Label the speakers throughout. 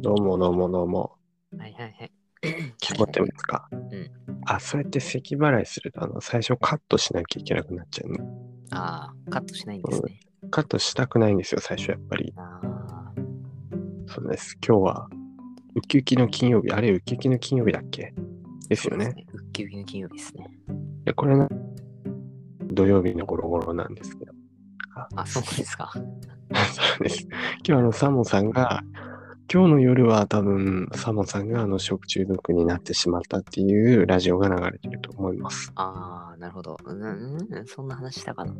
Speaker 1: どうもどうもどうも。
Speaker 2: はいはいはい。
Speaker 1: 聞こえてますか、
Speaker 2: ん
Speaker 1: あ、そうやって咳払いすると、あの、最初カットしなきゃいけなくなっちゃうの。
Speaker 2: ああ、カットしないんですね。
Speaker 1: カットしたくないんですよ、最初やっぱり。
Speaker 2: ああ、
Speaker 1: そうです。今日は、ウキウキの金曜日。あれ、ウキウキの金曜日だっけですよね。
Speaker 2: そうです。ウッキウキの金曜日ですね。
Speaker 1: でこれの土曜日のゴロゴロなんですけど。
Speaker 2: あ、そうなんですか。
Speaker 1: そうです。今日あの、サモさんが、今日の夜は多分、サモさんがあの食中毒になってしまったっていうラジオが流れてると思います。
Speaker 2: ああ、なるほど。うん、うん、そんな話したかな。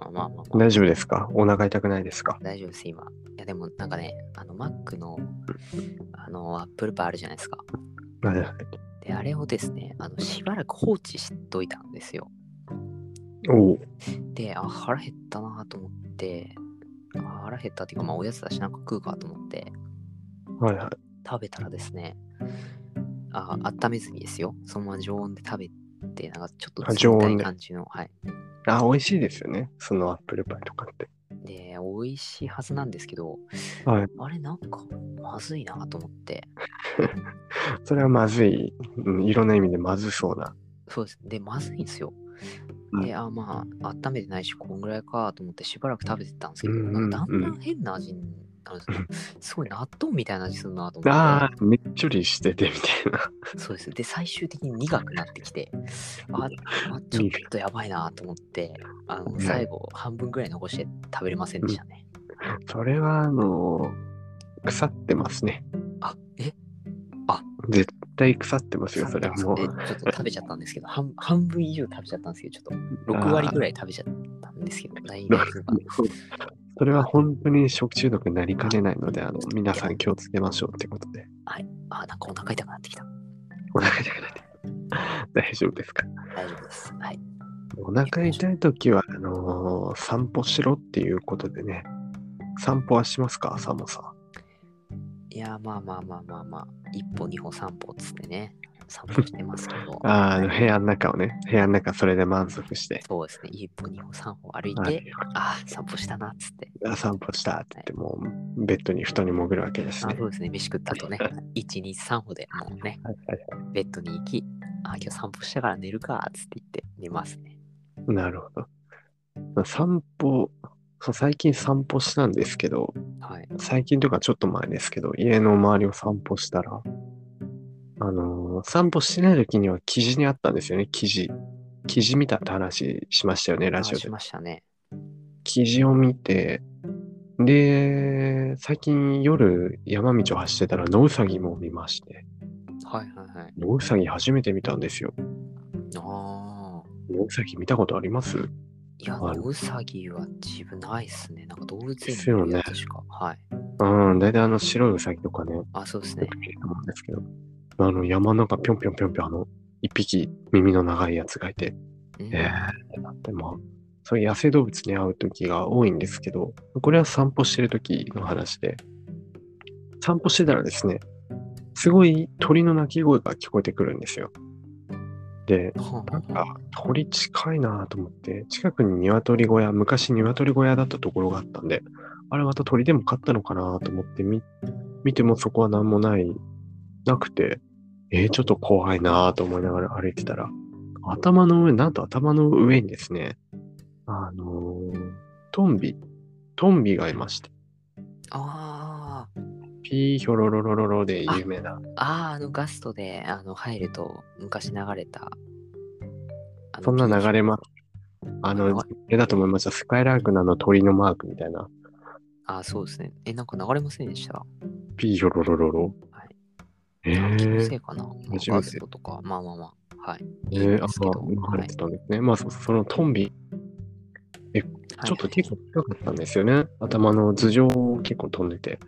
Speaker 2: あまあまあまあ。
Speaker 1: 大丈夫ですかお腹痛くないですか
Speaker 2: 大丈夫です、今。いや、でもなんかね、あの、マックの、あの、アップルパイあるじゃないですか。
Speaker 1: はいはい
Speaker 2: で、あれをですね、あの、しばらく放置しといたんですよ。
Speaker 1: おう
Speaker 2: で、あ、腹減ったなと思って、あ腹減ったっていうか、まあ、おやつだし、なんか食うかと思って、
Speaker 1: はいはい。
Speaker 2: 食べたらですね、あ温めずにですよ。そのまま常温で食べて、なんかちょっと
Speaker 1: あ常
Speaker 2: 冷た
Speaker 1: 温
Speaker 2: い
Speaker 1: で
Speaker 2: 感じの、はい。
Speaker 1: あ、美味しいですよね。そのアップルパイとかって。
Speaker 2: で、美味しいはずなんですけど、
Speaker 1: はい
Speaker 2: あれ、なんかまずいなと思って、
Speaker 1: それはまずい。うんいろんな意味でまずそうな。
Speaker 2: そうです。で、まずいんですよ。
Speaker 1: うん
Speaker 2: で、あ、まあ、温めてないし、こんぐらいかと思って、しばらく食べてたんですけど、
Speaker 1: うんうん
Speaker 2: なんかだんだ
Speaker 1: うん
Speaker 2: ん変な味になるんですよ。すごい納豆みたいな味するなと思
Speaker 1: ああ
Speaker 2: っ、
Speaker 1: ねっちょりしててみたいな。
Speaker 2: て、そうです。で、最終的に苦くなってきて、あ、あちょっとやばいなと思って、あ
Speaker 1: う
Speaker 2: の
Speaker 1: ん
Speaker 2: 最後、半分ぐらい残して食べれませんでしたね。
Speaker 1: それは、あのー腐ってますね。
Speaker 2: あ、え
Speaker 1: 絶対腐ってますよ、それはもう。
Speaker 2: えちょっと食べちゃったんですけど、半半分以上食べちゃったんですけど、ちょっと6割ぐらい食べちゃったんですけど、大丈夫か
Speaker 1: それは本当に食中毒になりかねないので、あの皆さん気をつけましょうってことで。
Speaker 2: あ、なんかお腹痛くなってきた。
Speaker 1: お腹痛くなって。 大丈夫ですか
Speaker 2: 大丈夫です。はい。
Speaker 1: お腹痛いときは、あのー散歩しろっていうことでね。散歩はしますか、サモさん。、
Speaker 2: いや、まあまあまあまあまあ、一歩、二歩、三歩っつってね、散歩してますけど
Speaker 1: ああ、部屋の中をね、部屋の中それで満足して、
Speaker 2: そうですね、一歩、二歩、三歩歩いて、
Speaker 1: はい
Speaker 2: ああ、散歩したなっつって、
Speaker 1: あ散歩したって言って、もうベッドに布団に潜るわけです
Speaker 2: あ
Speaker 1: ね。
Speaker 2: そうですね、飯食った後ね、一、二、三歩でもうね、
Speaker 1: はいはい
Speaker 2: ベッドに行き、あ、今日散歩したから寝るかっつって言って寝ますね。
Speaker 1: なるほど。散歩、そう最近散歩したんですけど、
Speaker 2: はい。
Speaker 1: 最近というかちょっと前ですけど、家の周りを散歩したら、あのー散歩してない時にはキジにあったんですよね、キジ。キジ見たって話しましたよね、ラジオ
Speaker 2: あし
Speaker 1: で。
Speaker 2: ましたね。
Speaker 1: キジを見て、で、最近夜山道を走ってたら野ウサギも見まして、
Speaker 2: はいはいはい。
Speaker 1: 野ウサギ初めて見たんですよ。
Speaker 2: ああ。
Speaker 1: 野ウサギ見たことあります
Speaker 2: いや、
Speaker 1: はい
Speaker 2: ウサギは自分ないっすね。なんか動物
Speaker 1: で
Speaker 2: 園
Speaker 1: すよ
Speaker 2: の
Speaker 1: ね
Speaker 2: やつしか。はい。
Speaker 1: うん、大体あの白いウサギとかね、
Speaker 2: あ、そうです
Speaker 1: よ
Speaker 2: ね。
Speaker 1: く見ると思うんですけど、あの山の中ぴょんぴょんぴょんぴょんあの、一匹耳の長いやつがいて、
Speaker 2: うん
Speaker 1: ええだってまあ、そういう野生動物に会う時が多いんですけど、これは散歩してる時の話で、散歩してたらですね、すごい鳥の鳴き声が聞こえてくるんですよ。で、
Speaker 2: はあ
Speaker 1: なんか鳥近いなと思って、近くに鶏小屋、昔鶏小屋だったところがあったんで、あれまた鳥でも飼ったのかなと思ってみ見てもそこは何もない、なくて、えー、ちょっと怖いなと思いながら歩いてたら、頭の上、なんと頭の上にですね、あのートンビ、トンビがいまして、
Speaker 2: あー
Speaker 1: ピーヒョロロロロロで有名な、
Speaker 2: あー、あのガストであの入ると昔流れた。あの
Speaker 1: そんな流れま、あ
Speaker 2: 流
Speaker 1: の、
Speaker 2: れ
Speaker 1: あれだと思いました、スカイラークのあの鳥のマークみたいな、
Speaker 2: あーそうですね。え、なんか流れませんでした。
Speaker 1: ピーヒョロロロロ。
Speaker 2: はい
Speaker 1: え
Speaker 2: 気の
Speaker 1: ー
Speaker 2: せいかな。まあ
Speaker 1: 初めて
Speaker 2: ガストとか、まあまあまあ。はい。
Speaker 1: え
Speaker 2: いいん
Speaker 1: ー、あ
Speaker 2: ですけど。
Speaker 1: まあ、
Speaker 2: は
Speaker 1: 流
Speaker 2: い
Speaker 1: れてたんですね。まあ、そうそうそのトンビ、ちょっと結構高かったんですよね。頭の頭上を結構飛んでて、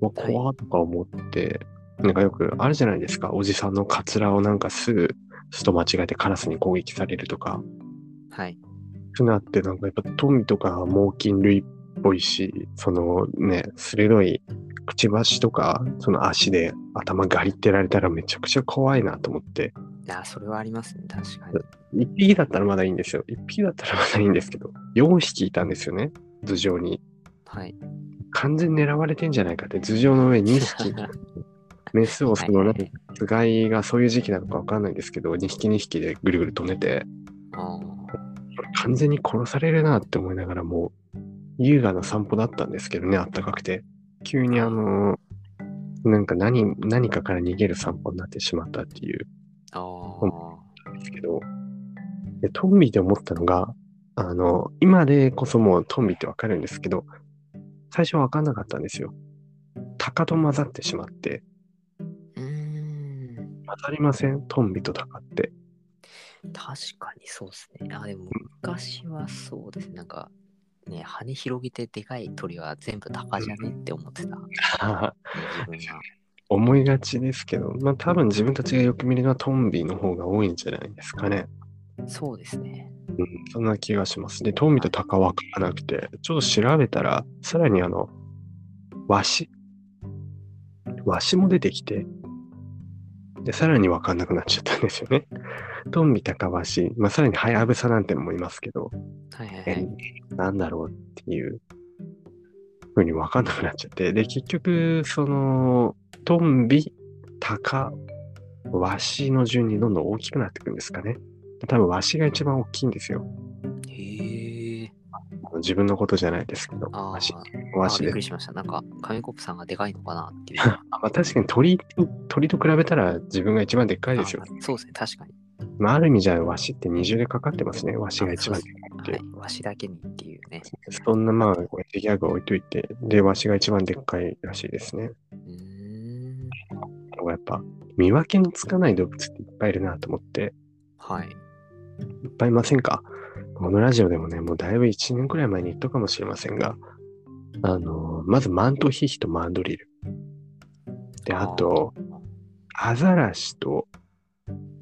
Speaker 1: うわ、
Speaker 2: はい
Speaker 1: 怖っとか思って、なんかよくあるじゃないですか、おじさんのカツラをなんかすぐ、すと間違えてカラスに攻撃されるとか、
Speaker 2: はい。
Speaker 1: そういうのあって、なんかやっぱトンビとか猛禽類っぽいし、そのね、鋭いくちばしとか、その足で頭ガリってられたらめちゃくちゃ怖いなと思って、
Speaker 2: あーそれはありますね。確かに。
Speaker 1: 一匹だったらまだいいんですよ。一匹だったらまだいいんですけど、4匹いたんですよね、頭上に。
Speaker 2: はい。
Speaker 1: 完全に狙われてんじゃないかって頭上の上2匹メスをその、
Speaker 2: はい
Speaker 1: なんかつがいがそういう時期なのかわかんないんですけど、2匹2匹でぐるぐる飛んでて、
Speaker 2: あー
Speaker 1: これ完全に殺されるなって思いながらもう、優雅な散歩だったんですけどね、あったかくて。急にあの、なんか何、何かから逃げる散歩になってしまったっていう
Speaker 2: あー。
Speaker 1: んですけど、でトンビで思ったのが、あの、今でこそもうトンビってわかるんですけど、最初わかんなかったんですよ。鷹と混ざってしまって、
Speaker 2: うーん。
Speaker 1: 混ざりませんトンビと鷹って。
Speaker 2: 確かにそうですね。あ、でも昔はそうですね。なんか、ね、羽広げてでかい鳥は全部鷹じゃねって思ってた。ね、自分は。
Speaker 1: 思いがちですけど、まあ多分自分たちがよく見るのはトンビの方が多いんじゃないですかね。
Speaker 2: そうですね。
Speaker 1: うん、そんな気がします。で、トンビとタカわからなくて、ちょっと調べたら、さらにあの、ワシワシも出てきて、で、さらにわかんなくなっちゃったんですよね。トンビ、タカ、ワシ、まあさらにハヤブサなんてのもいますけど、
Speaker 2: はいはいは
Speaker 1: え
Speaker 2: い。
Speaker 1: なんだろうっていうふうに分かんなくなっちゃって、で、結局、その、トンビ、タカ、ワシの順にどんどん大きくなっていくんですかね。多分ワシが一番大きいんですよ。
Speaker 2: へえ。
Speaker 1: 自分のことじゃないですけど、
Speaker 2: あ
Speaker 1: ワシ
Speaker 2: ーあ
Speaker 1: ワ
Speaker 2: ー、
Speaker 1: シ
Speaker 2: びっ
Speaker 1: で
Speaker 2: く。りしました。なんか、紙コップさんがでかいのかな っていう。あ
Speaker 1: あまあ、確かに鳥と鳥と比べたら自分が一番でっかいですよ。
Speaker 2: ーそうですね、確かに。
Speaker 1: まあ、ある意味じゃワシって二重でかかってますね。ワシが一番でかいって
Speaker 2: はいい。わしだけにっていうね。
Speaker 1: そんなまあ、こうやってギャグは置いといて、で、ワシが一番でっかいらしいですね。
Speaker 2: うーん。
Speaker 1: のがやっぱ見分けのつかない動物っていっぱいいるなと思って
Speaker 2: はい。
Speaker 1: いっぱいいませんかこのラジオでもねもうだいぶ1年くらい前に言ったかもしれませんがあのまずマントヒヒとマンドリルであとアザラシと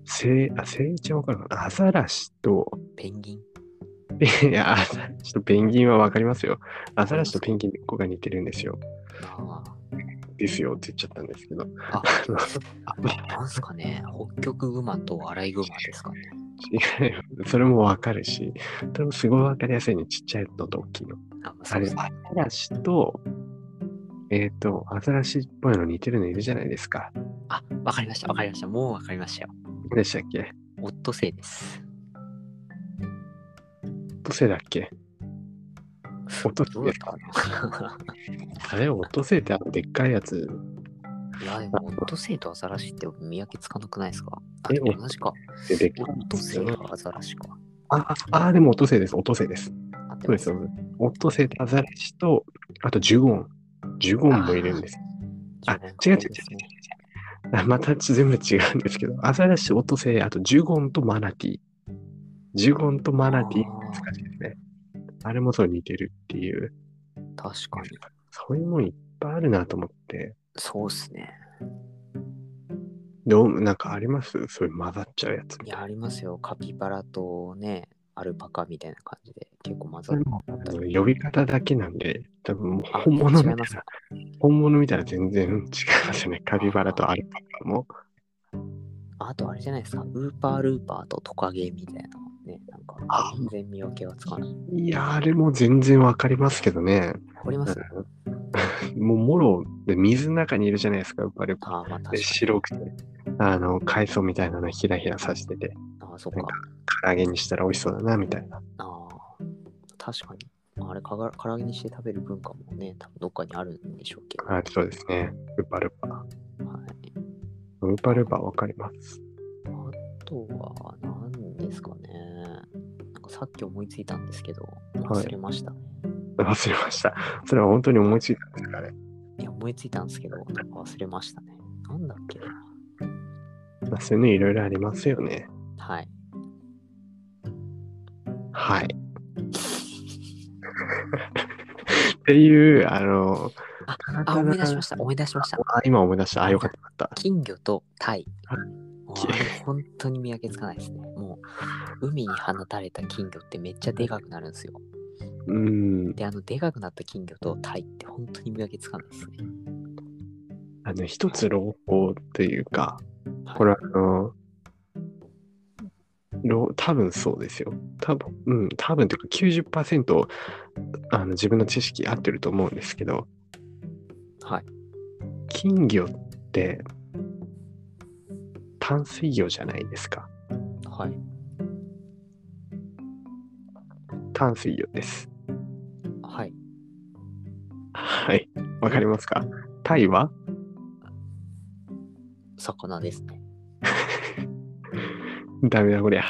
Speaker 1: セイあセイウチはわかるかなアザラシと
Speaker 2: ペンギン。
Speaker 1: いやアザラシとペンギンはわかりますよアザラシとペンギンの子が似てるんですよ
Speaker 2: あ
Speaker 1: ですよって言っちゃったんですけど
Speaker 2: ー あ、なんすかね、北極グマとアライグマですかね。
Speaker 1: 違うそれもわかるしそれもすごいわかりやすいねちっちゃいのと大きいの
Speaker 2: あ、まあ
Speaker 1: あ
Speaker 2: そう
Speaker 1: れ、
Speaker 2: で
Speaker 1: ア
Speaker 2: す
Speaker 1: ザ
Speaker 2: ね。
Speaker 1: ラシと、えっ、と、アザラシっぽいの似てるのいるじゃないですか。
Speaker 2: あ、わかりました、わかりました。もうわかりましたよ。
Speaker 1: 何でしたっけ
Speaker 2: オットセイです。
Speaker 1: 落とせだっけオットセイ
Speaker 2: どうだったかな
Speaker 1: あれ、落とせってあのでっかいやつ。
Speaker 2: いや、でも、オットセイとアザラシって見分けつかなくないですかあ、
Speaker 1: え
Speaker 2: でも同じか。
Speaker 1: ででっかい
Speaker 2: オットセイとアザラシか。
Speaker 1: あ、ああ、でも落とせです。落とせです。
Speaker 2: あ、で
Speaker 1: そうです。落とせとアザラシと、あとジュゴン。ジュゴンもいるんです。あ違う違う違うあまた全部違うんですけど、アザラシ、落とせ、あとジュゴンとマナティー。ジュゴンとマナティー。
Speaker 2: あー
Speaker 1: 難しいですね。あれもそう似てるっていう。
Speaker 2: 確かに。
Speaker 1: そういうもんいっぱいあるなと思って。
Speaker 2: そうですね。
Speaker 1: どうなんかありますそういう混ざっちゃうやつ
Speaker 2: い
Speaker 1: み
Speaker 2: や、
Speaker 1: た
Speaker 2: あ
Speaker 1: い
Speaker 2: りますよ。カピバラとね、アルパカみたいな感じで、結構混ざ
Speaker 1: な
Speaker 2: っ。
Speaker 1: あ
Speaker 2: たり。
Speaker 1: の呼び方だけなんで、多分もう
Speaker 2: あ
Speaker 1: 本物
Speaker 2: 違い
Speaker 1: 見
Speaker 2: ま
Speaker 1: た
Speaker 2: す
Speaker 1: ら
Speaker 2: か、
Speaker 1: 本物見たら全然違いますよね。カピバラとアルパカも。
Speaker 2: あとあれじゃないですか、ウーパールーパーとトカゲみたいなね、なんか
Speaker 1: あ
Speaker 2: 全然見分けはつかない。
Speaker 1: いやー、あれも全然わかりますけどね。
Speaker 2: わかります
Speaker 1: うん もうもろで水の中にいるじゃないですか、ウパルパ。
Speaker 2: ああ、まあ確か
Speaker 1: で、
Speaker 2: に。
Speaker 1: 白くて、あの、海藻みたいなのひらひらさしてて、
Speaker 2: ああ、そっ
Speaker 1: なん
Speaker 2: か
Speaker 1: か。唐揚げにしたら美味しそうだな、みたいな。
Speaker 2: ああ、確かに。あれ、かが唐揚げにして食べる文化もね、多分どっかにあるんでしょうけど。
Speaker 1: あそうですね。ウパルパ。
Speaker 2: はい。
Speaker 1: ウパルパわかります。
Speaker 2: あとは、何ですかね。なんかさっき思いついたんですけど、忘れました。
Speaker 1: 忘れました。それは本当に思いついたんですかね。
Speaker 2: い、や、思いついたんですけど、なんか忘れましたね。なんだっけな。
Speaker 1: まあ、そういうのいろいろありますよね。
Speaker 2: はい。
Speaker 1: はい。 っていう、あの、
Speaker 2: あ
Speaker 1: な
Speaker 2: あ、
Speaker 1: か
Speaker 2: 思
Speaker 1: ない
Speaker 2: 出しました。思い出しました。
Speaker 1: あ今思い出した。あ、よかったよかった。
Speaker 2: 金魚とタイ。
Speaker 1: あ
Speaker 2: もうあれ本当に見分けつかないですね。もう海に放たれた金魚ってめっちゃでかくなるんですよ。
Speaker 1: うん。
Speaker 2: で、あのでかくなった金魚とタイって本当に見分けつかないですね。
Speaker 1: あの、一つ朗報というか、
Speaker 2: はい
Speaker 1: これはあの、ろ多分そうですよ。多分、うん、多分というか90%あの自分の知識合ってると思うんですけど、
Speaker 2: はい。
Speaker 1: 金魚って淡水魚じゃないですか。
Speaker 2: はい。
Speaker 1: 淡水魚です。
Speaker 2: はい。
Speaker 1: はい。わかりますかタイは
Speaker 2: 魚ですね。
Speaker 1: ダメだこりゃ。